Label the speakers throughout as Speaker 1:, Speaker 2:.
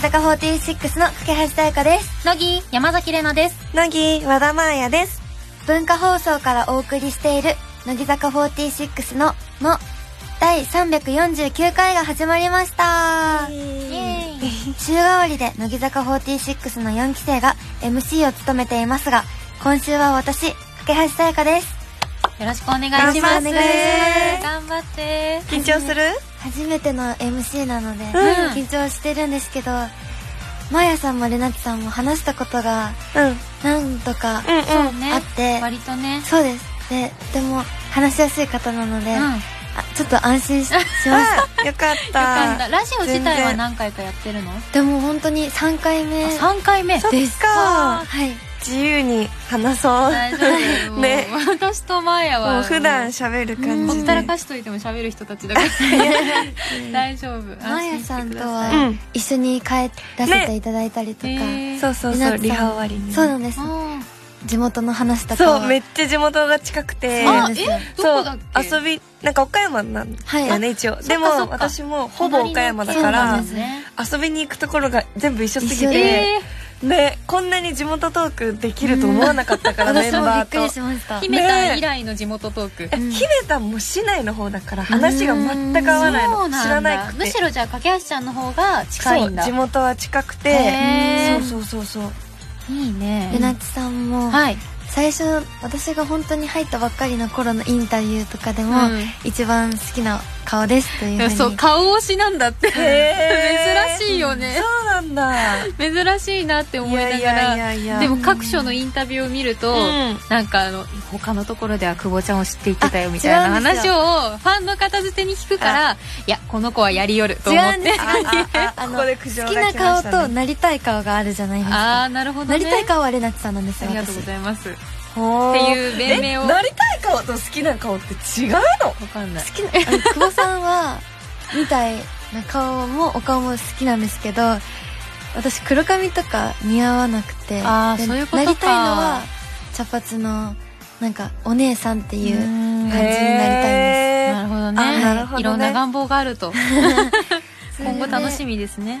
Speaker 1: 坂46の架橋彩香です
Speaker 2: 乃木山崎怜奈です
Speaker 3: 乃木和田真彩です
Speaker 1: 文化放送からお送りしている乃木坂46の「の」第349回が始まりました週替わりで乃木坂46の4期生が MC を務めていますが今週は私架橋彩香です
Speaker 2: よろしくお願いします
Speaker 1: よろしくお願いします
Speaker 2: 頑張って
Speaker 3: 緊張する
Speaker 1: 初めての MC なので、
Speaker 2: ん
Speaker 1: 緊張してるんですけどまやさんもれなちさんも話したことが
Speaker 3: うん
Speaker 1: 何とか
Speaker 3: うんうん
Speaker 2: そうね
Speaker 1: あって
Speaker 2: 割とね
Speaker 1: そうですででも話しやすい方なので、
Speaker 2: うん
Speaker 1: あちょっと安心ししま した
Speaker 3: あよかっ
Speaker 2: よかったたラジオ自体は
Speaker 3: 全然
Speaker 2: 何回かやってるのあ
Speaker 1: でも本当に3回目
Speaker 2: 三回目
Speaker 3: そっ
Speaker 2: です
Speaker 3: か
Speaker 1: はい
Speaker 3: 自由に話そう
Speaker 2: 大丈夫
Speaker 3: ね
Speaker 2: ね私とマヤ
Speaker 3: も
Speaker 2: は
Speaker 3: う普段喋る感
Speaker 2: ほ
Speaker 3: じ
Speaker 2: っ
Speaker 3: で
Speaker 2: たらかしといても喋る人たちだから大丈夫
Speaker 1: まやさんと
Speaker 3: う
Speaker 1: は
Speaker 3: ん
Speaker 1: 一緒に帰らせていただいたりとか、
Speaker 3: そう
Speaker 2: そ
Speaker 3: そう
Speaker 1: りな
Speaker 3: そ
Speaker 1: つさ
Speaker 3: う
Speaker 1: ん
Speaker 3: リハ終わりに
Speaker 1: そうなんです
Speaker 2: うん
Speaker 1: 地元の話とかは
Speaker 3: そうめっちゃ地元が近くて
Speaker 1: そう
Speaker 2: あ
Speaker 1: なんですよ
Speaker 2: えど
Speaker 3: そ
Speaker 2: こ
Speaker 3: う
Speaker 2: だっけ
Speaker 3: 遊びなんか岡山なん
Speaker 1: はい
Speaker 3: だね一応でも
Speaker 2: そっか
Speaker 3: 私もほぼ岡山だか
Speaker 1: そうな
Speaker 3: ら
Speaker 1: んですね
Speaker 3: 遊びに行くところが全部一緒すぎ
Speaker 1: 一緒
Speaker 3: て
Speaker 2: え
Speaker 3: でこんなに地元トークできると思わなかったからメ
Speaker 1: 私
Speaker 3: ン
Speaker 1: もび
Speaker 3: バ
Speaker 1: っくり
Speaker 3: ー
Speaker 1: し
Speaker 3: と
Speaker 1: ました
Speaker 2: ー姫たん以来の地元トーク
Speaker 3: え
Speaker 1: うん
Speaker 3: 姫たんも市内の方だから話が全く合わない
Speaker 2: そうな
Speaker 3: の
Speaker 2: んだ
Speaker 3: 知らないく
Speaker 2: む
Speaker 3: て
Speaker 2: しろじゃあ架橋ちゃんの方が近い
Speaker 3: そうん
Speaker 2: だ
Speaker 3: 地元は近くて
Speaker 2: へ
Speaker 3: そ
Speaker 2: ー
Speaker 3: うそうそうそう
Speaker 2: いいね
Speaker 1: れなちさんも、
Speaker 2: はい
Speaker 1: 最初私が本当に入ったばっかりの頃のインタビューとかでも、
Speaker 2: うん
Speaker 1: 一番好きな顔ですというふうに
Speaker 2: そう顔推しなんだって
Speaker 3: へー
Speaker 2: 珍しいよね
Speaker 3: そうなんだ
Speaker 2: 珍しいなって思いなが
Speaker 3: いやいやいやいや
Speaker 2: らでも各所のインタビューを見ると、
Speaker 3: うん
Speaker 2: なんかあの他のところでは久保ちゃんを知っていってたよみたい
Speaker 1: あ
Speaker 2: な
Speaker 1: 違うんです
Speaker 2: 話
Speaker 1: よ
Speaker 2: をファンの片手に聞くからいやこの子はやりよると思っ
Speaker 1: 違うん
Speaker 2: て
Speaker 1: です
Speaker 3: あ ああ
Speaker 1: あの
Speaker 3: ここで
Speaker 1: 好
Speaker 3: 苦
Speaker 1: き
Speaker 3: 情が
Speaker 1: な
Speaker 3: 来ま
Speaker 1: 顔
Speaker 3: した
Speaker 1: と
Speaker 3: ね
Speaker 1: なりたい顔があるじゃないです
Speaker 2: あ
Speaker 1: か、
Speaker 2: あなるほど
Speaker 1: な
Speaker 2: ね
Speaker 1: りたい顔はれなちさんなんです
Speaker 2: あ
Speaker 1: よ
Speaker 2: りがとう
Speaker 1: 私
Speaker 2: ございますっ
Speaker 3: ほ
Speaker 2: て
Speaker 3: ー
Speaker 2: いう弁明を
Speaker 3: え
Speaker 2: わ
Speaker 3: なりたい顔と好きな顔って違うの
Speaker 2: かんない
Speaker 1: 好きなあの久保さんはみたいな顔もお顔も好きなんですけど私黒髪とか似合わなくて
Speaker 2: あー
Speaker 1: で
Speaker 2: そういうことか
Speaker 1: なりたいのは茶髪のなんかお姉さんっていう
Speaker 2: うん
Speaker 1: 感じになりたいんです
Speaker 2: なるほど
Speaker 3: あー
Speaker 2: ね
Speaker 3: なるほどね
Speaker 2: いろんな願望があると
Speaker 1: それで
Speaker 2: 今後楽しみですね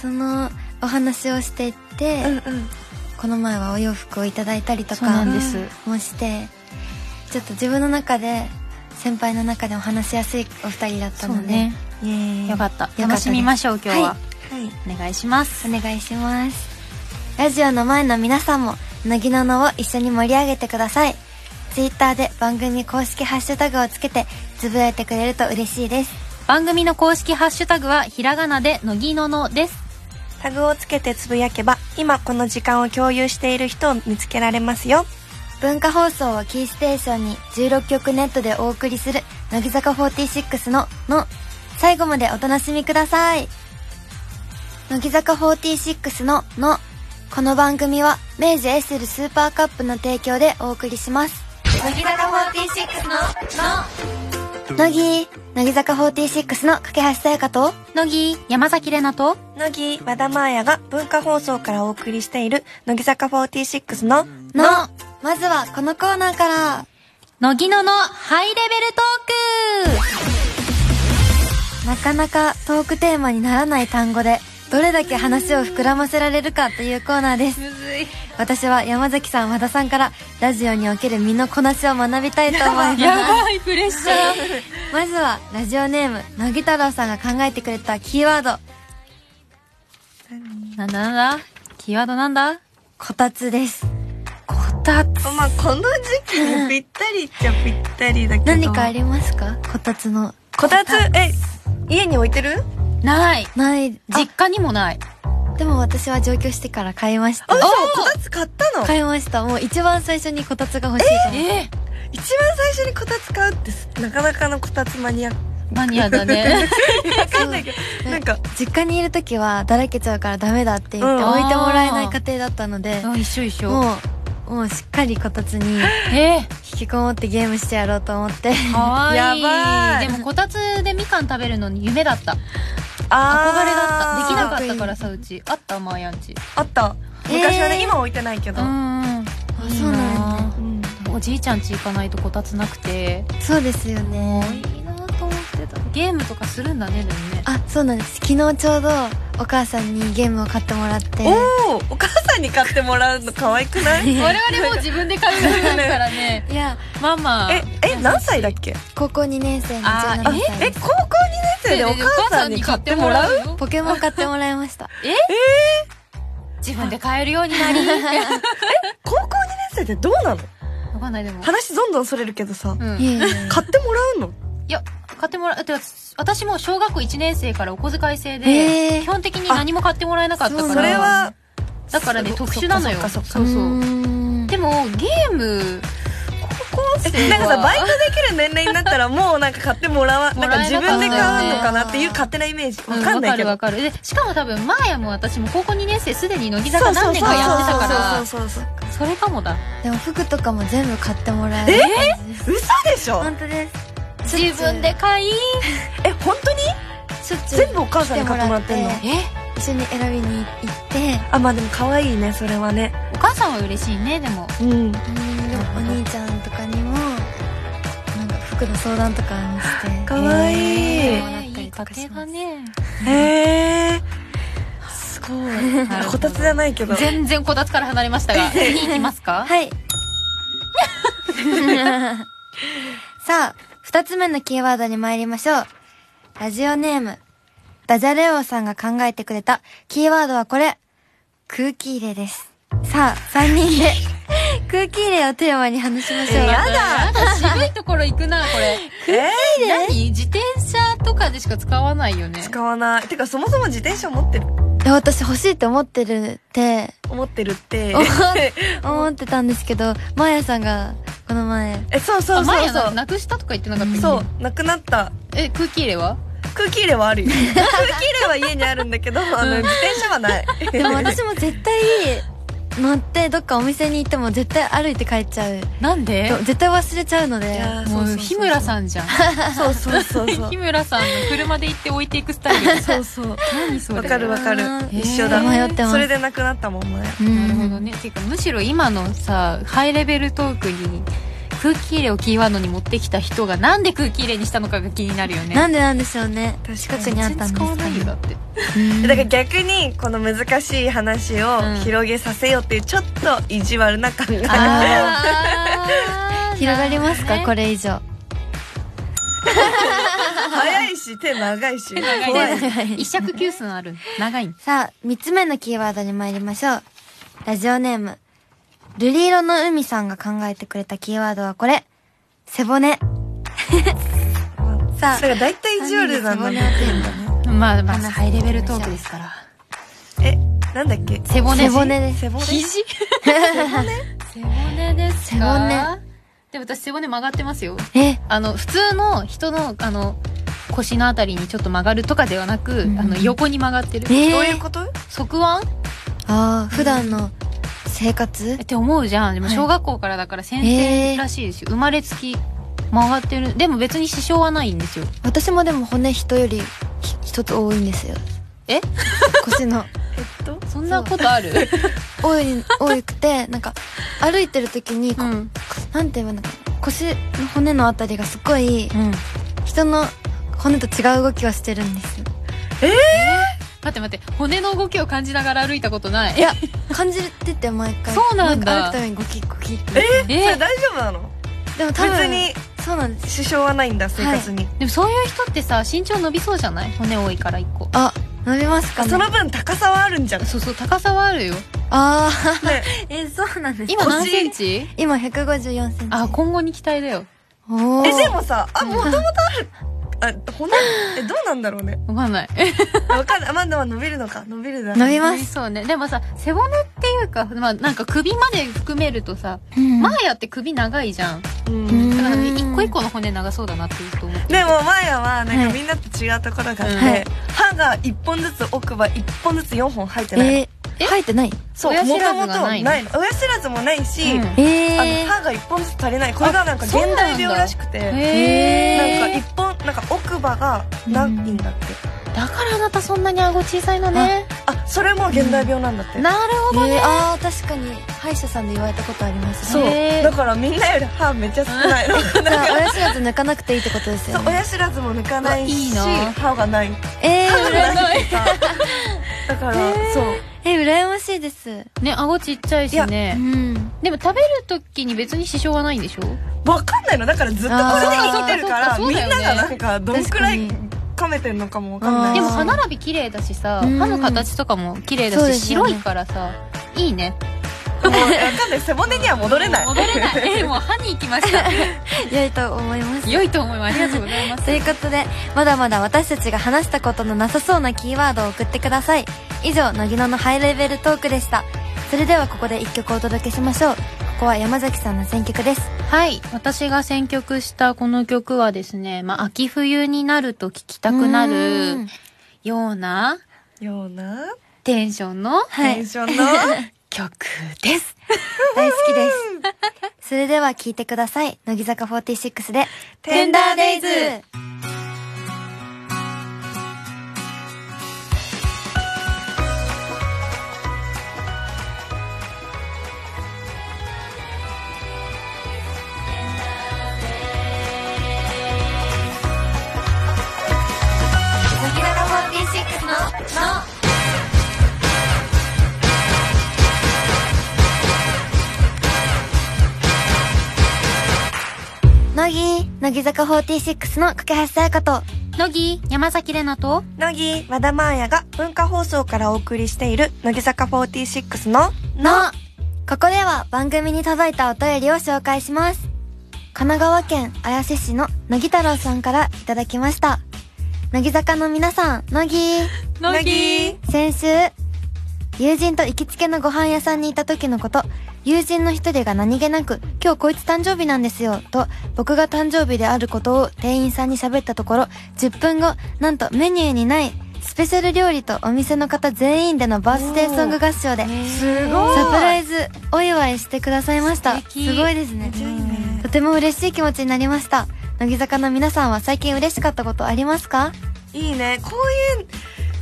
Speaker 1: そのお話をしていって、
Speaker 3: うんうん
Speaker 1: この前はお洋服をいただいたりと
Speaker 2: そうな
Speaker 1: か
Speaker 2: んです
Speaker 1: もしてちょっと自分の中で先輩の中でお話しやすいお二人だった
Speaker 2: そ
Speaker 1: の
Speaker 2: う
Speaker 1: で、
Speaker 2: ね
Speaker 3: イエーイ
Speaker 2: よかった
Speaker 1: です
Speaker 2: 楽しみましょう今日は、
Speaker 1: は
Speaker 3: はい
Speaker 2: お願いします
Speaker 1: お願いしますラジオの前の皆さんも乃木ののを一緒に盛り上げてくださいツイッターで番組公式ハッシュタグをつけてつぶやいてくれると嬉しいです
Speaker 2: 番組の公式ハッシュタグはひらがなで乃木ののです
Speaker 3: タグをつけてつぶやけば今この時間を共有している人を見つけられますよ
Speaker 1: 文化放送をキーステーションに16曲ネットでお送りする乃木坂46の「の」最後までお楽しみください乃木坂46の「の」この番組は明治エッセルスーパーカップの提供でお送りします乃木坂46の「の」乃木乃木坂46の架橋さやかと
Speaker 2: 乃木山崎怜奈と
Speaker 3: 乃木和田真彩が文化放送からお送りしている乃木坂46の
Speaker 1: 「の」まずはこのコーナーから
Speaker 2: 乃木ののハイレベルトー
Speaker 1: なかなかトークテーマにならない単語でどれだけ話を膨らませられるかというコーナーです
Speaker 2: クむずい
Speaker 1: 私は山崎さん和田さんからラジオにおける身のこなしを学びたいと思い
Speaker 2: や
Speaker 1: ます
Speaker 2: ばいプレッシャー
Speaker 1: まずはラジオネーム乃木太郎さんが考えてくれたキーワード
Speaker 2: なんだなんだキーワードなんだ
Speaker 1: こたつです
Speaker 2: こたつ
Speaker 3: まあこの時期にぴったりっちゃぴったりだけど
Speaker 1: 何かありますかこたつの
Speaker 3: こたつえ家に置いてる
Speaker 2: ない
Speaker 1: ない
Speaker 2: 実
Speaker 1: じ
Speaker 2: 家にもない
Speaker 1: でも私は上京してから買いまし
Speaker 3: あ
Speaker 1: た
Speaker 3: 嘘こたつ買ったの
Speaker 1: 買いましたもう一番最初にこたつが欲しいかも
Speaker 2: え
Speaker 3: 一番最初にこたつ買うってすなかなかのこたつマニアック
Speaker 2: マニアだ ね
Speaker 3: わかんないけどなんか
Speaker 1: 実家にいる時はだらけちゃうからダメだって言って
Speaker 3: うん
Speaker 1: 置いてもらえない家庭だったので、
Speaker 2: あ一緒一緒
Speaker 1: もうもうしっかりこたつに
Speaker 2: えー
Speaker 1: 引きこもってゲームしてやろうと思って
Speaker 2: かわいい
Speaker 3: やばい
Speaker 2: でもこたつでみかん食べるのに夢だった憧れだった
Speaker 3: あ
Speaker 2: できな
Speaker 3: っ
Speaker 2: かったからさうちあったまーやんち
Speaker 3: たあった昔はね、
Speaker 1: えー
Speaker 3: 今置いてないけど、
Speaker 2: ん
Speaker 1: あそうなん
Speaker 2: だ
Speaker 3: うん
Speaker 2: おじいちゃん家行かないとこたつなくて
Speaker 1: そうですよね
Speaker 2: いいなと思ってたゲームとかするんだねでもね
Speaker 1: あそうなんです昨日ちょうどお母さんにゲームを買ってもらって
Speaker 3: おおお母さんに買ってもらうの可愛くない
Speaker 2: 我々も自分で買うようになったからね
Speaker 1: いや
Speaker 2: ママ
Speaker 3: ええ何歳だっけ
Speaker 1: 高校2年生の
Speaker 2: あ
Speaker 1: 17
Speaker 3: あ
Speaker 1: 歳
Speaker 3: え
Speaker 1: です
Speaker 3: 高校2年生でお母さんに買ってもらう
Speaker 1: ポケモン買ってもらいました
Speaker 2: え自分で買えるようになり
Speaker 3: 高校2年生ってどうなの
Speaker 2: わかんないでも、
Speaker 3: 話どんどんそれるけどさ
Speaker 2: うん、
Speaker 1: い
Speaker 2: い
Speaker 1: えいえ
Speaker 3: 買ってもらうの
Speaker 2: や買ってもらうだって私も小学校1年生からお小遣い制
Speaker 1: え
Speaker 2: で、
Speaker 1: ー
Speaker 2: 基本的に何も買ってもらえなかったから
Speaker 1: あ
Speaker 3: それは
Speaker 2: だからね
Speaker 3: そ
Speaker 2: 特殊なのよ
Speaker 3: そっかそっかそっか
Speaker 2: そうそうう
Speaker 1: ーん
Speaker 2: でもゲーム
Speaker 3: 高校生なんかさバイトできる年齢になったらもうなんか買ってもらわ
Speaker 2: も
Speaker 3: なん
Speaker 2: らえな
Speaker 3: か
Speaker 2: かったよね
Speaker 3: 自分で買うのかなっていう勝手なイメージわかんないけ
Speaker 2: う
Speaker 3: ど
Speaker 2: わかるわかるでしかも多分マーヤも私も高校2年生すでに乃木坂何年かやってたから
Speaker 3: そうそうそうそうそう
Speaker 2: それかもだ
Speaker 1: でも服とかも全部買ってもらえる感じです
Speaker 3: 嘘でしょ
Speaker 1: 本当です
Speaker 2: 自分で買い
Speaker 3: え本当に
Speaker 1: しょっちゅう
Speaker 3: 全部お母さんに買ってもらってんの
Speaker 1: 来てもらっ
Speaker 2: え
Speaker 1: 一緒に選びに行って
Speaker 3: あまあでも可愛いねそれはね
Speaker 2: お母さんは嬉しいねでも
Speaker 3: うん
Speaker 1: うんでもお兄ちゃんとかにもなんか服の相談とかも して
Speaker 3: 可愛い
Speaker 1: え
Speaker 2: え
Speaker 1: えもらった
Speaker 2: い
Speaker 1: り
Speaker 2: い
Speaker 1: と
Speaker 2: 家
Speaker 1: かし
Speaker 2: 庭
Speaker 1: ま
Speaker 2: だ
Speaker 1: す
Speaker 2: ね
Speaker 3: へえすご い
Speaker 2: なるほど
Speaker 3: こたつじゃないけど
Speaker 2: 全然こたつから離れました が次行きますか
Speaker 1: はい さあ二つ目のキーワードに参りましょうラジオネームダジャレ王さんが考えてくれたキーワードはこれ空気入れですさあ三人で 空気入れをテーマに話しましょう、
Speaker 3: や
Speaker 2: な
Speaker 3: だ
Speaker 2: んか渋いところ行くなこれ
Speaker 3: え
Speaker 2: 何自転車とかでしか使わないよね
Speaker 3: ー使わないてかそもそも自転車持ってる
Speaker 1: で私欲しいって思ってるって
Speaker 3: 思ってるって
Speaker 1: 思っ思ってたんですけどマーヤさんがこの前
Speaker 3: えそうそ
Speaker 2: あ
Speaker 3: う
Speaker 2: マー
Speaker 3: そう
Speaker 2: ヤ
Speaker 3: そ
Speaker 2: な
Speaker 3: う
Speaker 2: なくしたとか言ってなかったっけ
Speaker 3: そうなくなった
Speaker 2: え空気入れは
Speaker 3: 空気入れはあるよ空気入れは家にあるんだけどあの
Speaker 2: うん
Speaker 3: 自転車はない
Speaker 1: でも私も絶対乗ってどっかお店に行っても絶対歩いて帰っちゃう
Speaker 2: なんで
Speaker 1: そう絶対忘れちゃうので
Speaker 3: や
Speaker 2: も
Speaker 3: ーそうそうそうう
Speaker 2: 日村さんじゃん
Speaker 3: そうそうそうそう
Speaker 2: 日村さんの車で行って置いていくスタイ ル
Speaker 3: そうそう
Speaker 2: 何それ
Speaker 3: わかるわかる
Speaker 1: うん
Speaker 3: 一緒だ
Speaker 1: 迷ってます
Speaker 3: それでなくなったもんね
Speaker 1: うん
Speaker 2: なるほどねていうかむしろ今のさハイレベルトークに空気入れをキーワードに持ってきた人がなんで空気入れにしたのかが気になるよね
Speaker 1: なんんでなんでしょうね近
Speaker 3: 確
Speaker 1: くにあったんです
Speaker 2: 使わ
Speaker 1: か
Speaker 2: ないよだって
Speaker 3: だから逆にこの難しい話を
Speaker 2: うん
Speaker 3: 広げさせようっていうちょっと意地悪な考え、
Speaker 2: あー
Speaker 1: 広がりますか、
Speaker 2: なるほ
Speaker 1: こ
Speaker 2: どね
Speaker 1: れ以上
Speaker 3: 早いし手長いし
Speaker 2: 長い
Speaker 3: 怖い
Speaker 2: 一尺九寸ある長い
Speaker 1: さあ三つ目のキーワードに参りましょうラジオネーム瑠璃色の海さんが考えてくれたキーワードはこれ背骨さ
Speaker 3: だから
Speaker 1: あ
Speaker 3: 大体意地悪なんだもん
Speaker 1: 背骨をテーマに
Speaker 2: まあまあ
Speaker 1: 話していきま
Speaker 2: ハイレベ
Speaker 1: しょう
Speaker 2: ルトークですから
Speaker 3: えなんだっけ
Speaker 2: 背骨
Speaker 1: 背骨です
Speaker 3: 背骨
Speaker 2: 肘背骨ですか
Speaker 1: 背骨
Speaker 2: でも私背骨曲がってますよ
Speaker 1: え
Speaker 2: あの普通の人のあの腰のあたりにちょっと曲がるとかではなく、
Speaker 1: うん
Speaker 2: あの横に曲がってる
Speaker 1: え
Speaker 3: どういうこと
Speaker 2: 側腕
Speaker 1: ああ普段の生活
Speaker 2: って思うじゃんでも
Speaker 1: はい
Speaker 2: 小学校からだから先生らしいですよ、生まれつき曲がってるでも別に支障はないんですよ
Speaker 1: 私もでも骨人よりひ一つ多いんですよ
Speaker 2: え
Speaker 1: 腰の
Speaker 3: えっと
Speaker 2: そんなことあるう
Speaker 1: 多い多くてなんか歩いてる時に、こ
Speaker 2: ん、
Speaker 1: なんて言えばいいのかな腰の骨のあたりがすごい
Speaker 2: うん、待
Speaker 1: 人の骨と違う動きをしてるんです
Speaker 2: って待って骨の動きを感じながら歩いたことない
Speaker 1: いや感じてて毎回
Speaker 2: そうなんだ
Speaker 1: か歩くためにゴキゴキって
Speaker 3: え
Speaker 2: え
Speaker 3: それ大丈夫なの
Speaker 1: でも多分
Speaker 3: 別に
Speaker 1: そうなんです
Speaker 3: 支障はないんだ生活に
Speaker 2: でもそういう人ってさ身長伸びそうじゃない骨多いから一個
Speaker 1: あ伸びますかね
Speaker 3: その分高さはあるんじゃんね
Speaker 2: そうそう高さはあるよ
Speaker 1: ああ えそうなんです
Speaker 2: 今
Speaker 1: 今
Speaker 2: 何センチ
Speaker 1: 今154センチ
Speaker 2: あ今後に期待だよ
Speaker 1: おー
Speaker 3: えでもさあもともとあるあ骨えどうなんだろうね
Speaker 2: わかんない
Speaker 3: わかんないあまあでも伸びるのか伸びるだ
Speaker 1: 伸びます
Speaker 2: そうね。でもさ、背骨っていうか、まあなんか首まで含めるとさ、
Speaker 1: うん
Speaker 2: マーヤって首長いじゃん。だ
Speaker 3: うん
Speaker 2: からね
Speaker 1: うん
Speaker 2: 一個一個の骨長そうだなっていうと思って。
Speaker 3: でも前はなん
Speaker 1: は
Speaker 3: か
Speaker 1: い
Speaker 3: みんなと違うところがあって、
Speaker 2: はい
Speaker 3: 歯が1本ずつ奥歯1本ずつ4本入ってない、
Speaker 1: え
Speaker 2: え
Speaker 1: ー、入ってない
Speaker 3: そう
Speaker 2: 親知らずが
Speaker 3: もともと
Speaker 2: ないの
Speaker 3: ないの親知らずもないし、
Speaker 2: うん
Speaker 3: あの
Speaker 1: えー、
Speaker 3: 歯が1本ずつ足りないこれがなん
Speaker 2: あ
Speaker 3: か現
Speaker 2: そうなんだ
Speaker 3: 代病らしくてなんか
Speaker 2: へえ。
Speaker 3: 1本なんか奥歯がないんだって、
Speaker 2: だからあなたそんなに顎小さいのね。
Speaker 3: あそれも現代病なんだって、
Speaker 2: なるほど。
Speaker 1: えー、ああ確かに歯医者さんで言われたことあります
Speaker 3: そう
Speaker 1: ね
Speaker 2: へー
Speaker 3: だからみんなより歯めっちゃ少ないのなん
Speaker 1: だから
Speaker 3: か
Speaker 1: 親知らず抜かなくていいってことです
Speaker 3: そ
Speaker 1: よ
Speaker 3: う
Speaker 1: ね
Speaker 3: 親知らずも抜かないし
Speaker 2: うわいいな
Speaker 3: 歯がない
Speaker 1: えー、
Speaker 3: 歯がないってさ
Speaker 1: だから、そうえ羨ましいです
Speaker 2: ね顎ちっちゃいし
Speaker 1: う
Speaker 2: ね
Speaker 1: ん
Speaker 2: でも食べる時に別に支障はないんでしょ
Speaker 3: わかんないのだからずっとこれで聞いてるから
Speaker 2: あーそう
Speaker 3: みん
Speaker 2: かそうかそうだよ
Speaker 3: な
Speaker 2: ね
Speaker 3: がなんかどんくらい
Speaker 1: 確
Speaker 3: 噛めてんのかもわかん
Speaker 1: あ
Speaker 3: な
Speaker 1: ー
Speaker 3: い
Speaker 2: でも
Speaker 3: し
Speaker 2: 歯並び綺麗だしさ
Speaker 1: うん
Speaker 2: 歯の形とかも綺麗
Speaker 1: そう
Speaker 2: だ
Speaker 1: で
Speaker 2: し
Speaker 1: すよね
Speaker 2: 白いからさいいね
Speaker 3: もうわかんない背骨には戻れない
Speaker 2: 戻れないえもう歯に行きました
Speaker 1: 良いと思います
Speaker 2: 良いと思いますありがとうございます
Speaker 1: ということでまだまだ私たちが話したことのなさそうなキーワードを送ってください以上乃木野のハイレベルトークでしたそれではここで一曲お届けしましょうここは山崎さんの選曲です
Speaker 2: はい。私が選曲したこの曲はですね、まあ、秋冬になると聴きたくな
Speaker 1: う
Speaker 2: る
Speaker 1: ん
Speaker 2: ような
Speaker 3: ような
Speaker 2: テンションの
Speaker 1: はい
Speaker 3: テンションの
Speaker 2: 曲です。
Speaker 1: 大好きですそれでは聴いてください乃木坂46で「
Speaker 3: Tenderdays
Speaker 1: 乃木坂46の「の」乃木乃木坂46の架橋彩香と
Speaker 2: 乃木、山崎れなと、
Speaker 3: 乃木和田真彩が文化放送からお送りしている乃木坂46の
Speaker 1: のここでは番組に届いたお便りを紹介します神奈川県綾瀬市の乃木太郎さんからいただきました乃木坂の皆さん乃木
Speaker 3: 乃木
Speaker 1: 先週友人と行きつけのご飯屋さんにいた時のこと友人の一人が何気なく「今日こいつ誕生日なんですよ」と僕が誕生日であることを店員さんに喋ったところ10分後なんとメニューにないスペシャル料理とお店の方全員でのバースデーソング合唱で
Speaker 3: すごい
Speaker 1: サプライズお祝いしてくださいました
Speaker 2: 素敵
Speaker 1: すごいですね
Speaker 3: いいね
Speaker 1: とても嬉しい気持ちになりました乃木坂の皆さんは最近嬉しかったことありますか
Speaker 3: いいねこういう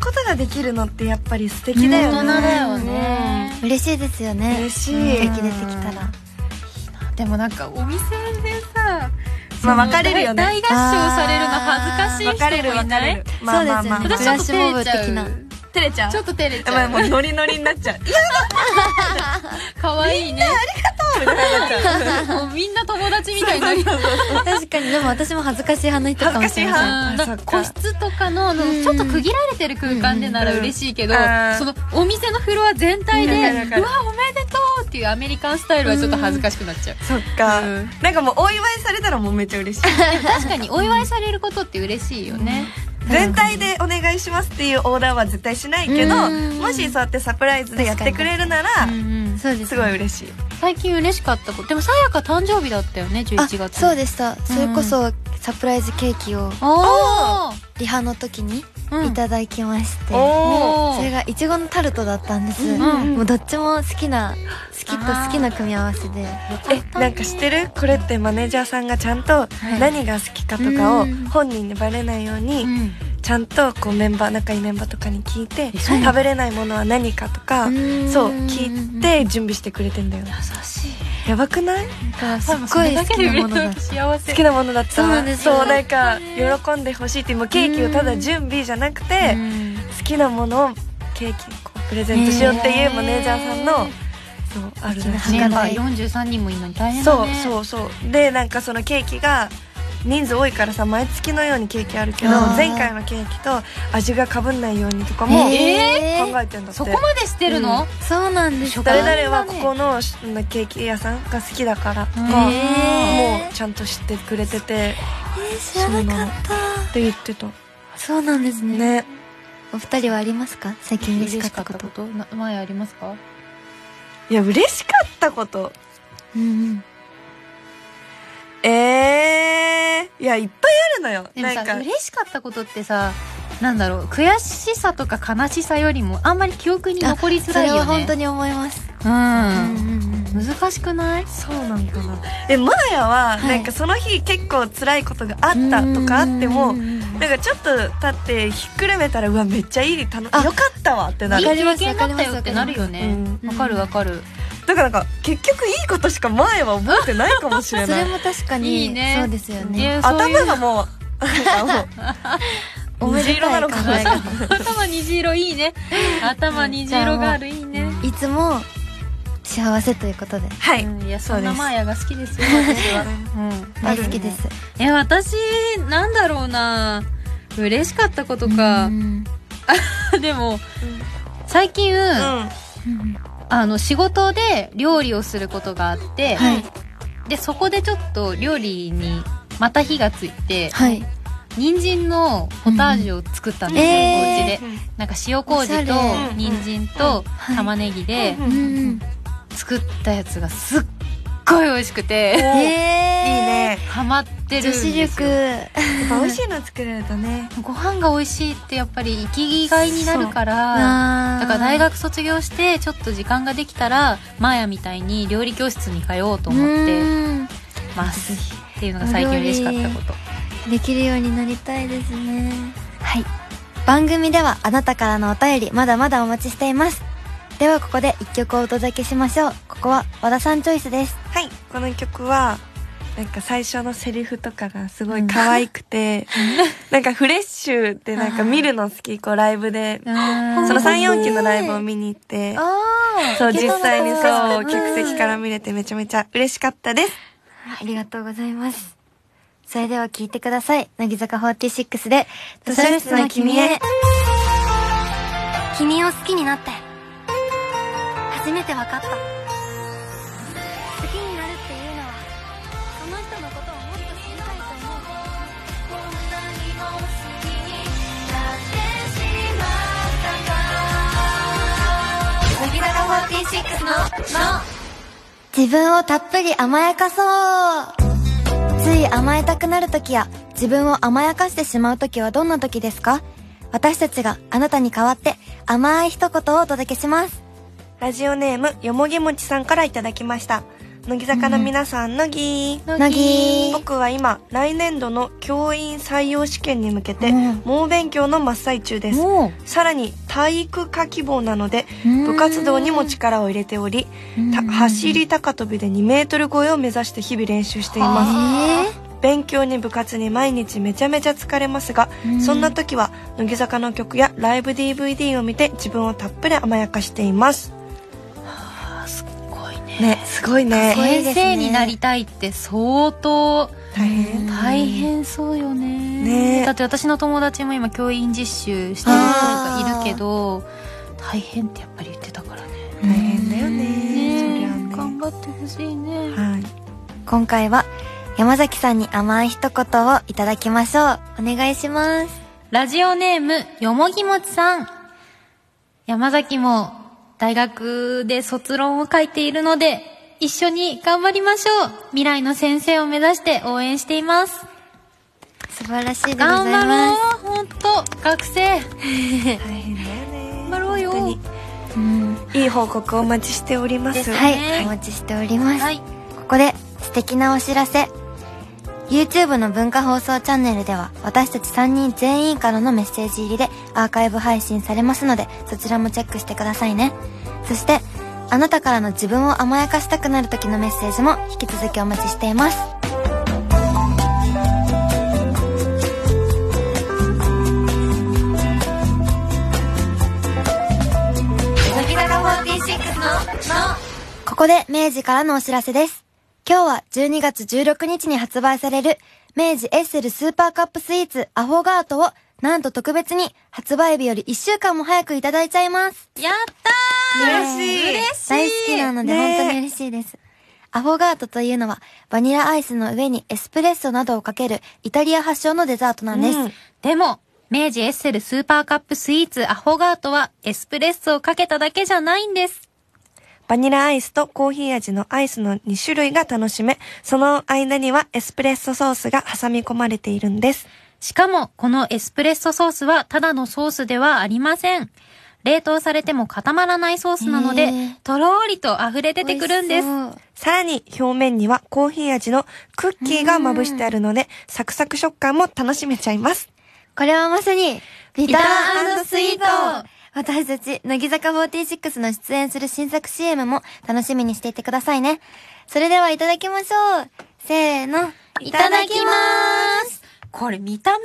Speaker 3: ことができるのってやっぱり素敵だよね
Speaker 2: 大人だよね。
Speaker 1: 嬉しいですよね
Speaker 3: 嬉しい
Speaker 1: うん素敵出てきたら
Speaker 2: でもなんかお店でさ、
Speaker 3: まあ分かれるよね
Speaker 2: 大大合唱されるの恥ずか
Speaker 3: 分
Speaker 2: し
Speaker 3: か
Speaker 2: い
Speaker 3: れる
Speaker 2: 人もい
Speaker 3: 分か
Speaker 2: な
Speaker 3: れ
Speaker 2: い
Speaker 3: るまあまあまあ
Speaker 1: そう
Speaker 3: ま
Speaker 1: ですよね
Speaker 2: 私ちょっと照れちゃ
Speaker 1: フラッシュモ
Speaker 2: う
Speaker 1: ブ的。
Speaker 3: 照れちゃう
Speaker 2: ちょっと照れち
Speaker 3: お前
Speaker 2: ゃ
Speaker 3: もう
Speaker 2: う。
Speaker 3: ノリノリになっちゃういや
Speaker 2: 可愛いね。
Speaker 3: みたいになっちゃう
Speaker 2: もうみんな友達みたいになり
Speaker 1: 確かにでも私も恥ずかしい派の人か
Speaker 3: 恥
Speaker 1: も
Speaker 3: ずか
Speaker 1: し
Speaker 3: しい
Speaker 1: れません
Speaker 3: 派
Speaker 2: うんだ
Speaker 3: あそ
Speaker 2: から
Speaker 3: っか
Speaker 2: 個室とかのあの
Speaker 1: うん
Speaker 2: ちょっと区切られてる空間でなら
Speaker 3: うん
Speaker 2: 嬉しいけど、
Speaker 3: うんあー
Speaker 2: そのお店のフロア全体で
Speaker 3: わかるわかる
Speaker 2: うわおめでとうっていうアメリカンスタイルはちょっと恥ずかしくなっちゃう、
Speaker 3: そっか、
Speaker 2: うん
Speaker 3: なんかもうお祝いされたらもうめっちゃ嬉しい
Speaker 2: 確かにお祝いされることって嬉しいよね、
Speaker 3: 全体でお願いしますっていうオーダーは絶対しないけど
Speaker 1: うん
Speaker 3: もしそうやってサプライズでやってくれるなら
Speaker 2: うん
Speaker 1: そうです
Speaker 3: すごい嬉しい
Speaker 2: 最近嬉しかったことでもさやか誕生日だったよね
Speaker 1: あ
Speaker 2: 11月
Speaker 1: そうでしたそれこそサプライズケーキを
Speaker 2: お
Speaker 1: リハの時に
Speaker 2: お、うん
Speaker 1: いただきまして、
Speaker 3: お
Speaker 2: ー
Speaker 1: それがいちごのタルトだったんです、
Speaker 2: うんうん
Speaker 1: もうどっちも好きな好きと好きの組み合わせで
Speaker 3: えなんか知ってるこれってマネージャーさんがちゃんと
Speaker 2: い
Speaker 3: 何が好きかとかを
Speaker 1: うん
Speaker 3: 本人にバレないように
Speaker 2: うん
Speaker 3: ちゃんとこうメンバー仲いいメンバーとかに聞いて
Speaker 2: えそうなの
Speaker 3: 食べれないものは何かとか
Speaker 1: うん
Speaker 3: そう聞いて準備してくれてんだよ
Speaker 2: 優しい
Speaker 3: やばくない
Speaker 1: なんかす
Speaker 2: 多
Speaker 1: っ
Speaker 2: 分そ
Speaker 1: ごい
Speaker 2: れだ
Speaker 1: 好
Speaker 2: け
Speaker 1: き
Speaker 2: で
Speaker 1: なも
Speaker 2: 嬉
Speaker 1: のだ
Speaker 2: しい幸せ
Speaker 3: 好きなものだった
Speaker 1: そうなんですよ
Speaker 3: そうなんか喜んでほしいってもうケーキをただ準備じゃなくて
Speaker 2: うん
Speaker 3: 好きなものをケーキにこうプレゼントしようって
Speaker 2: へ
Speaker 3: いう
Speaker 2: ー
Speaker 3: マネージャーさんのそうあるらしい
Speaker 2: メンバー43人もいるのに大変だ
Speaker 3: そう
Speaker 2: ね
Speaker 3: そうそうでなんかそのケーキが人数多いからさ毎月のようにケーキあるけど
Speaker 1: あー
Speaker 3: 前回のケーキと味がかぶんないようにとかも考え
Speaker 1: えー
Speaker 3: てんだって
Speaker 2: そこまでしてるの、
Speaker 1: そうなんです
Speaker 2: 食材
Speaker 3: 誰々はここのケーキ屋さんが好きだからとかも
Speaker 1: へー
Speaker 3: うちゃんと知ってくれてて
Speaker 1: えー知らなかった
Speaker 3: って言ってた
Speaker 1: そうなんですね
Speaker 3: ね
Speaker 1: お二人はありますか最近嬉
Speaker 2: 嬉
Speaker 1: し
Speaker 2: し
Speaker 1: かっ
Speaker 2: か
Speaker 1: た
Speaker 2: っ
Speaker 1: こ
Speaker 2: た
Speaker 1: と
Speaker 2: ことな前ありますか
Speaker 3: いや嬉しかったこと
Speaker 1: うん
Speaker 3: えー、いやいっぱいあるのよ
Speaker 2: でもさ
Speaker 3: なんか
Speaker 2: 嬉しかったことってさなんだろう悔しさとか悲しさよりもあんまり記憶に残り
Speaker 1: そ
Speaker 2: づらい
Speaker 1: れは
Speaker 2: よ
Speaker 1: 本
Speaker 2: ね
Speaker 1: 当に思います
Speaker 2: うん、
Speaker 1: うん
Speaker 2: 難しくない
Speaker 3: そうなんかなえマーヤ
Speaker 1: は
Speaker 3: は
Speaker 1: い
Speaker 3: なんかその日結構辛いことがあったとかあっても
Speaker 1: うんうんうんうん
Speaker 3: なんかちょっと経ってひっくるめたらうわめっちゃいい楽よ
Speaker 1: あ
Speaker 3: かったわってな
Speaker 2: いう
Speaker 3: る
Speaker 1: わかりま
Speaker 2: 経
Speaker 1: す
Speaker 2: 験だったよってなるよね
Speaker 1: うん
Speaker 2: わかるわかる
Speaker 3: だからなんか結局いいことしか前は覚えてないかもし れ
Speaker 1: そ
Speaker 3: な
Speaker 1: れ
Speaker 3: い
Speaker 1: も確かに
Speaker 2: いいね
Speaker 1: そうですよね
Speaker 2: ねそういう
Speaker 3: 頭がもうなんかもう
Speaker 1: おめで
Speaker 3: 虹色
Speaker 1: た
Speaker 3: な
Speaker 1: 考
Speaker 3: いの
Speaker 1: え
Speaker 3: かな
Speaker 1: 方
Speaker 2: 頭虹色いいね頭虹色があるいいね
Speaker 1: いつも幸せということで
Speaker 3: はい、
Speaker 2: うん、いや
Speaker 3: そう
Speaker 2: そん
Speaker 3: で
Speaker 2: な
Speaker 3: す
Speaker 2: マーヤが好きですよ私は、
Speaker 1: 大好きです
Speaker 2: うん、え私なんだろうな嬉しかったことか
Speaker 1: う、ん
Speaker 2: でも最近、
Speaker 3: うん
Speaker 1: うん
Speaker 2: あの仕事で料理をすることがあって、
Speaker 1: はい
Speaker 2: でそこでちょっと料理にまた火がついて
Speaker 1: はい
Speaker 2: 人参のポタージュを作ったんですよ、
Speaker 1: うん
Speaker 2: お家で、
Speaker 1: え
Speaker 2: なんか塩麹
Speaker 1: おしゃれ
Speaker 2: と人参と
Speaker 1: うん
Speaker 2: 玉ねぎで
Speaker 3: うん
Speaker 1: うんうん
Speaker 2: 作ったやつがすっごい美味しくて
Speaker 3: おーいい
Speaker 1: え
Speaker 3: ね
Speaker 2: ハマって
Speaker 1: ー
Speaker 2: るん
Speaker 1: 女
Speaker 2: です
Speaker 1: 子
Speaker 2: よ
Speaker 1: 力
Speaker 3: やっぱ美味しいの作れるとね
Speaker 2: ご飯が美味しいってやっぱり生きがいになるから
Speaker 1: あー
Speaker 2: だから大学卒業してちょっと時間ができたらマーヤみたいに料理教室に通おうと思って
Speaker 1: うん
Speaker 2: ますっていうのが最近嬉しかったこと
Speaker 1: できるようになりたいですねはい番組ではあなたからのお便りまだまだお待ちしていますではここで一曲をお届けしましょうここは和田さんチョイスです
Speaker 3: はいこの曲はなんか最初のセリフとかがすごい可愛く て、なんかフレッシュでなんか見るの好きこうライブで
Speaker 2: うん
Speaker 3: その34期のライブを見に行って
Speaker 1: あ
Speaker 3: そう実際にそう客席から
Speaker 1: あ
Speaker 3: 見れてめちゃめちゃ嬉しかったです
Speaker 1: りがとうございますそれでは聞いてください乃木坂46で図書室の君へ君を好きになって初めて分かった好きになるっていうのはその人のことをもっと知りたいと思う自分をたっぷり甘やかそうつい甘えたくなる時や自分を甘やかしてしまう時はどんな時ですか私たちがあなたに代わって甘い一言をお届けします
Speaker 3: ラジオネームよもぎもちさんからいただきました乃木坂の皆さん、乃木
Speaker 1: 乃木
Speaker 3: 僕は今来年度の教員採用試験に向けて
Speaker 1: うん
Speaker 3: 猛勉強の真っ最中です
Speaker 2: も
Speaker 3: さらに体育科希望なので
Speaker 1: うん
Speaker 3: 部活動にも力を入れておりた走り高跳びで2メートル超えを目指して日々練習してい
Speaker 1: え
Speaker 3: ます
Speaker 1: ー
Speaker 3: 勉強に部活に毎日めちゃめちゃ疲れますがそんな時は乃木坂の曲やライブ DVD を見て自分をたっぷり甘やかしています
Speaker 2: うすっごいね
Speaker 3: ねすごいね
Speaker 1: すごいです
Speaker 2: 先
Speaker 1: ね
Speaker 2: 生になりたいって相当
Speaker 3: 大変
Speaker 2: 大変そうよね
Speaker 3: ねえ
Speaker 2: だって私の友達も今教員実習してる人が
Speaker 1: あー
Speaker 2: いるけど大変ってやっぱり言ってたからね
Speaker 3: 大変だよねそり
Speaker 2: ね
Speaker 3: ゃ
Speaker 2: え頑
Speaker 3: ね
Speaker 2: 張ってほしいね
Speaker 3: はい
Speaker 1: 今回は山崎さんに甘い一言をいただきましょうお願いします
Speaker 2: ラジオネーム、よもぎもちさん。山崎も大学で卒論を書いているので、一緒に頑張りましょう。未来の先生を目指して応援しています。
Speaker 1: 素晴らしいでござ
Speaker 2: 頑
Speaker 1: い
Speaker 2: 張
Speaker 1: ま
Speaker 2: ろうほんと学生
Speaker 3: 大変だよね
Speaker 2: 頑張ろうよ
Speaker 3: 本当に
Speaker 1: す、うん
Speaker 3: いい報告をお待ちしております
Speaker 2: ですね
Speaker 1: はいお待ちしております、
Speaker 2: はい。
Speaker 1: ここで素敵なお知らせ YouTube の文化放送チャンネルでは私たち3人全員からのメッセージ入りでアーカイブ配信されますのでそちらもチェックしてくださいねそしてあなたからの自分を甘やかしたくなる時のメッセージも引き続きお待ちしています乃木坂46ののここで明治からのお知らせです。今日は12月16日に発売される明治エッセルスーパーカップスイーツアフォガートをなんと特別に発売日より1週間も早くいただいちゃいます。
Speaker 2: やったー
Speaker 3: 嬉しい
Speaker 2: 嬉しい
Speaker 1: 大好きなので
Speaker 3: ねえ
Speaker 1: 本当に嬉しいです。アフォガートというのはバニラアイスの上にエスプレッソなどをかけるイタリア発祥のデザートなんです。
Speaker 3: うん
Speaker 2: でも、明治エッセルスーパーカップスイーツアホガートはエスプレッソをかけただけじゃないんです。
Speaker 3: バニラアイスとコーヒー味のアイスの2種類が楽しめ、その間にはエスプレッソソースが挟み込まれているんです。
Speaker 2: しかも、このエスプレッソソースはただのソースではありません。冷凍されても固まらないソースなので、
Speaker 1: へー
Speaker 2: とろーりと溢れ出てくるんです。
Speaker 1: 美味し
Speaker 3: さらに表面にはコーヒー味のクッキーがまぶしてあるので、サクサク食感も楽しめちゃいます。
Speaker 1: そうこれはまさにビタ
Speaker 2: タ
Speaker 1: ー
Speaker 2: ー
Speaker 1: ス
Speaker 2: ス
Speaker 1: イ
Speaker 2: イ
Speaker 1: ー
Speaker 2: ー
Speaker 1: ト
Speaker 2: ト
Speaker 1: 私たち、乃木坂46の出演する新作 CM も楽しみにしていてくださいね。それではいただきましょう。せーの。
Speaker 2: いただきますこれ見た目が、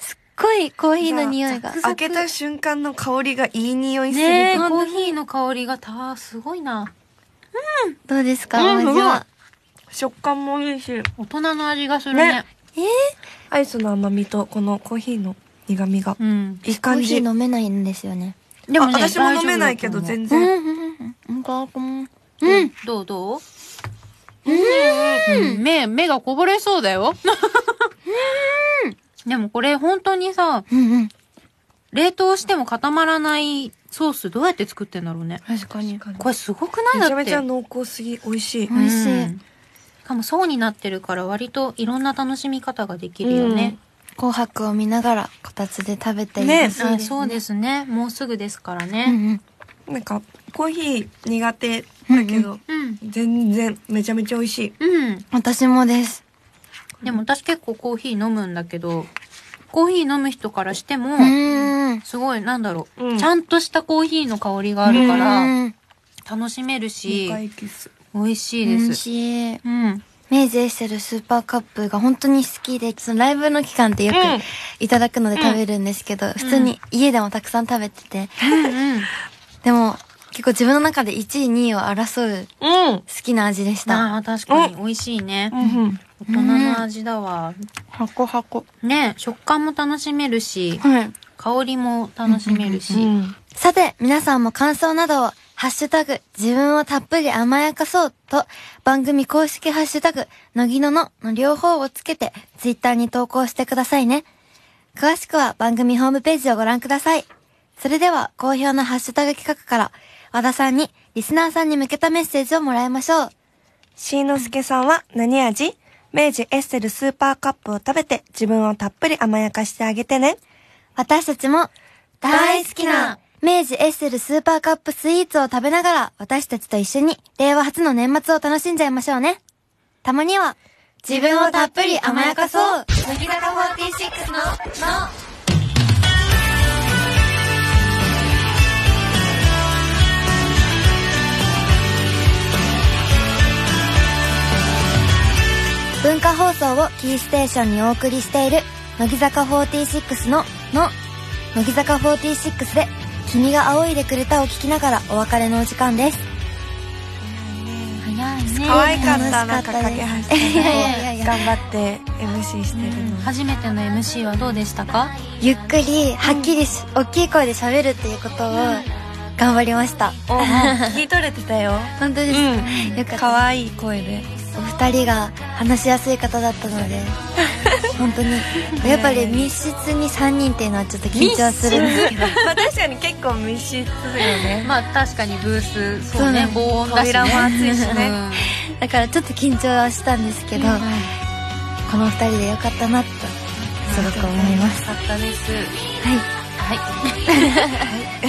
Speaker 1: すっごいコーヒーの匂いが。
Speaker 3: 開けた瞬間の香りがいい匂いする。
Speaker 2: ねえ、コーヒーの香りがた、すごいな。
Speaker 1: どうですか、
Speaker 3: うん
Speaker 1: お味は。
Speaker 3: 食感もいいし、
Speaker 2: 大人の味がするね。
Speaker 3: ね
Speaker 1: えー、
Speaker 3: アイスの甘みとこのコーヒーの苦みが
Speaker 2: う。ん。
Speaker 3: いい
Speaker 1: コー
Speaker 3: 感
Speaker 1: ヒ
Speaker 3: じ。
Speaker 1: ー飲めないんですよね。
Speaker 2: で
Speaker 3: あ私も飲めないけど
Speaker 1: う
Speaker 3: 全
Speaker 1: ん、
Speaker 3: 然。
Speaker 1: うん、うん。うん。
Speaker 2: うん。どうどううん。目、目がこぼれそうだよ。でもこれ本当にさ、
Speaker 1: うん、うん。
Speaker 2: 冷凍しても固まらないソースどうやって作ってんだろうね。
Speaker 1: 確かに。
Speaker 2: これすごくないだ
Speaker 3: め
Speaker 2: って。
Speaker 3: ちゃめちゃ濃厚すぎ、美味しい。
Speaker 1: 美味しい
Speaker 2: うんしかも層になってるから割といろんな楽しみ方ができるよね。
Speaker 1: 紅白を見ながら、こたつで食べていい
Speaker 3: ね
Speaker 1: です
Speaker 2: あそうですね。もうすぐですから
Speaker 1: うん、う
Speaker 2: ね。
Speaker 1: ん。
Speaker 3: なんか、コーヒー苦手だけど、
Speaker 2: うん。
Speaker 3: 全然めちゃめちゃ美味しい。
Speaker 2: うん。
Speaker 1: 私もです。
Speaker 2: でも私結構コーヒー飲むんだけど、コーヒー飲む人からしても
Speaker 1: う、ーん。
Speaker 2: すごいなんだろう、
Speaker 3: うん
Speaker 2: ちゃんとしたコーヒーの香りがあるか
Speaker 1: う
Speaker 2: ら、
Speaker 1: ん
Speaker 2: 楽しめるし
Speaker 3: 深、いキス。
Speaker 2: 美味しい
Speaker 1: 美
Speaker 2: で
Speaker 1: 味
Speaker 2: す。
Speaker 1: しい。
Speaker 2: うん。
Speaker 1: メイゼエッセルスーパーカップが本当に好きで、そのライブの期間ってよく
Speaker 3: うん
Speaker 1: いただくので食べるんですけど、普通に家でもたくさん食べてて、
Speaker 2: うんうん。
Speaker 1: でも結構自分の中で1位2位を争う
Speaker 3: うん。
Speaker 1: 好きな味でした。
Speaker 2: ああ、確かに美味しいね。
Speaker 3: うん。
Speaker 2: 大人の味だわ。
Speaker 3: 箱箱。
Speaker 2: ね食感も楽しめるし、
Speaker 1: はい。
Speaker 2: 香りも楽しめるし。
Speaker 3: うん。
Speaker 1: さて、皆さんも感想などを、ハッシュタグ、自分をたっぷり甘やかそうと、番組公式ハッシュタグ、のぎののの両方をつけて、ツイッターに投稿してくださいね。詳しくは番組ホームページをご覧ください。それでは、好評のハッシュタグ企画から、和田さんに、リスナーさんに向けたメッセージをもらいましょう。
Speaker 3: しーのすけさんは何味明治エッセルスーパーカップを食べて自分をたっぷり甘やかしてあげてね。
Speaker 1: 私たちも大好きな明治エッセルスーパーカップスイーツを食べながら私たちと一緒に令和初の年末を楽しんじゃいましょうね。たまには自分をたっぷり甘やかそう乃木坂46のの文化放送をキーステーションにお送りしている乃木坂46のの乃木坂46で君が仰いでくれたを聞きながらお別れのお時間です。
Speaker 2: 早いね。
Speaker 3: 可愛かっ
Speaker 1: 楽しかった
Speaker 3: た、なん
Speaker 1: です
Speaker 3: か架け橋さ
Speaker 1: いやいやいや
Speaker 3: んが頑張って MC してるの。
Speaker 2: 初めての MC はどうでしたか
Speaker 1: ゆっくり、はっきりし、大きい声で喋るっていうことを頑張りました。
Speaker 3: おもう聞き取れてたよ。
Speaker 1: 本当ですか、
Speaker 3: うん。
Speaker 1: よかった。
Speaker 3: 可愛い声 で。
Speaker 1: お二人が話しやすい方だったので本当にやっぱり密室に3人っていうのはちょっと緊張するんですけど
Speaker 3: まあ確かに結構密室よね。
Speaker 2: まあ確かにブース、
Speaker 1: そ
Speaker 2: そうう
Speaker 1: ね
Speaker 2: ね、防音だしね。
Speaker 3: 扉も熱いしね
Speaker 2: うん
Speaker 1: だからちょっと緊張はしたんですけど、この二人でよかったなとすごく思います
Speaker 2: かったです。
Speaker 1: はい
Speaker 2: はい。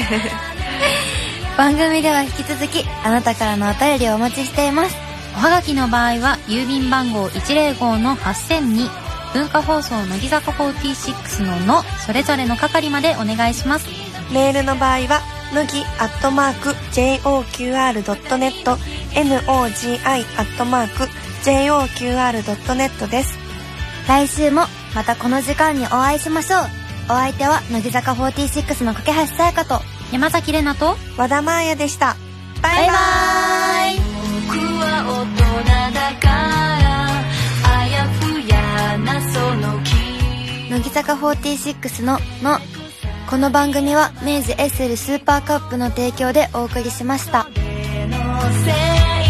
Speaker 1: 番組では引き続きあなたからのお便りをお待ちしています
Speaker 2: おはがきの場合は、郵便番号105-8000に、文化放送乃木坂46のの、それぞれの係までお願いします。
Speaker 3: メールの場合は、のぎアットマーク JOQR.net、NOGI アットマーク JOQR.net です。
Speaker 1: 来週もまたこの時間にお会いしましょうお相手は乃木坂46の架橋さやかと
Speaker 2: 山崎れなと、
Speaker 3: 和田真彩でした。バイバ
Speaker 1: バイバーイ
Speaker 4: 僕は大人だからあやふやなその気
Speaker 1: 乃木坂46の「の」この番組は明治エッセルスーパーカップの提供でお送りしました
Speaker 4: のせい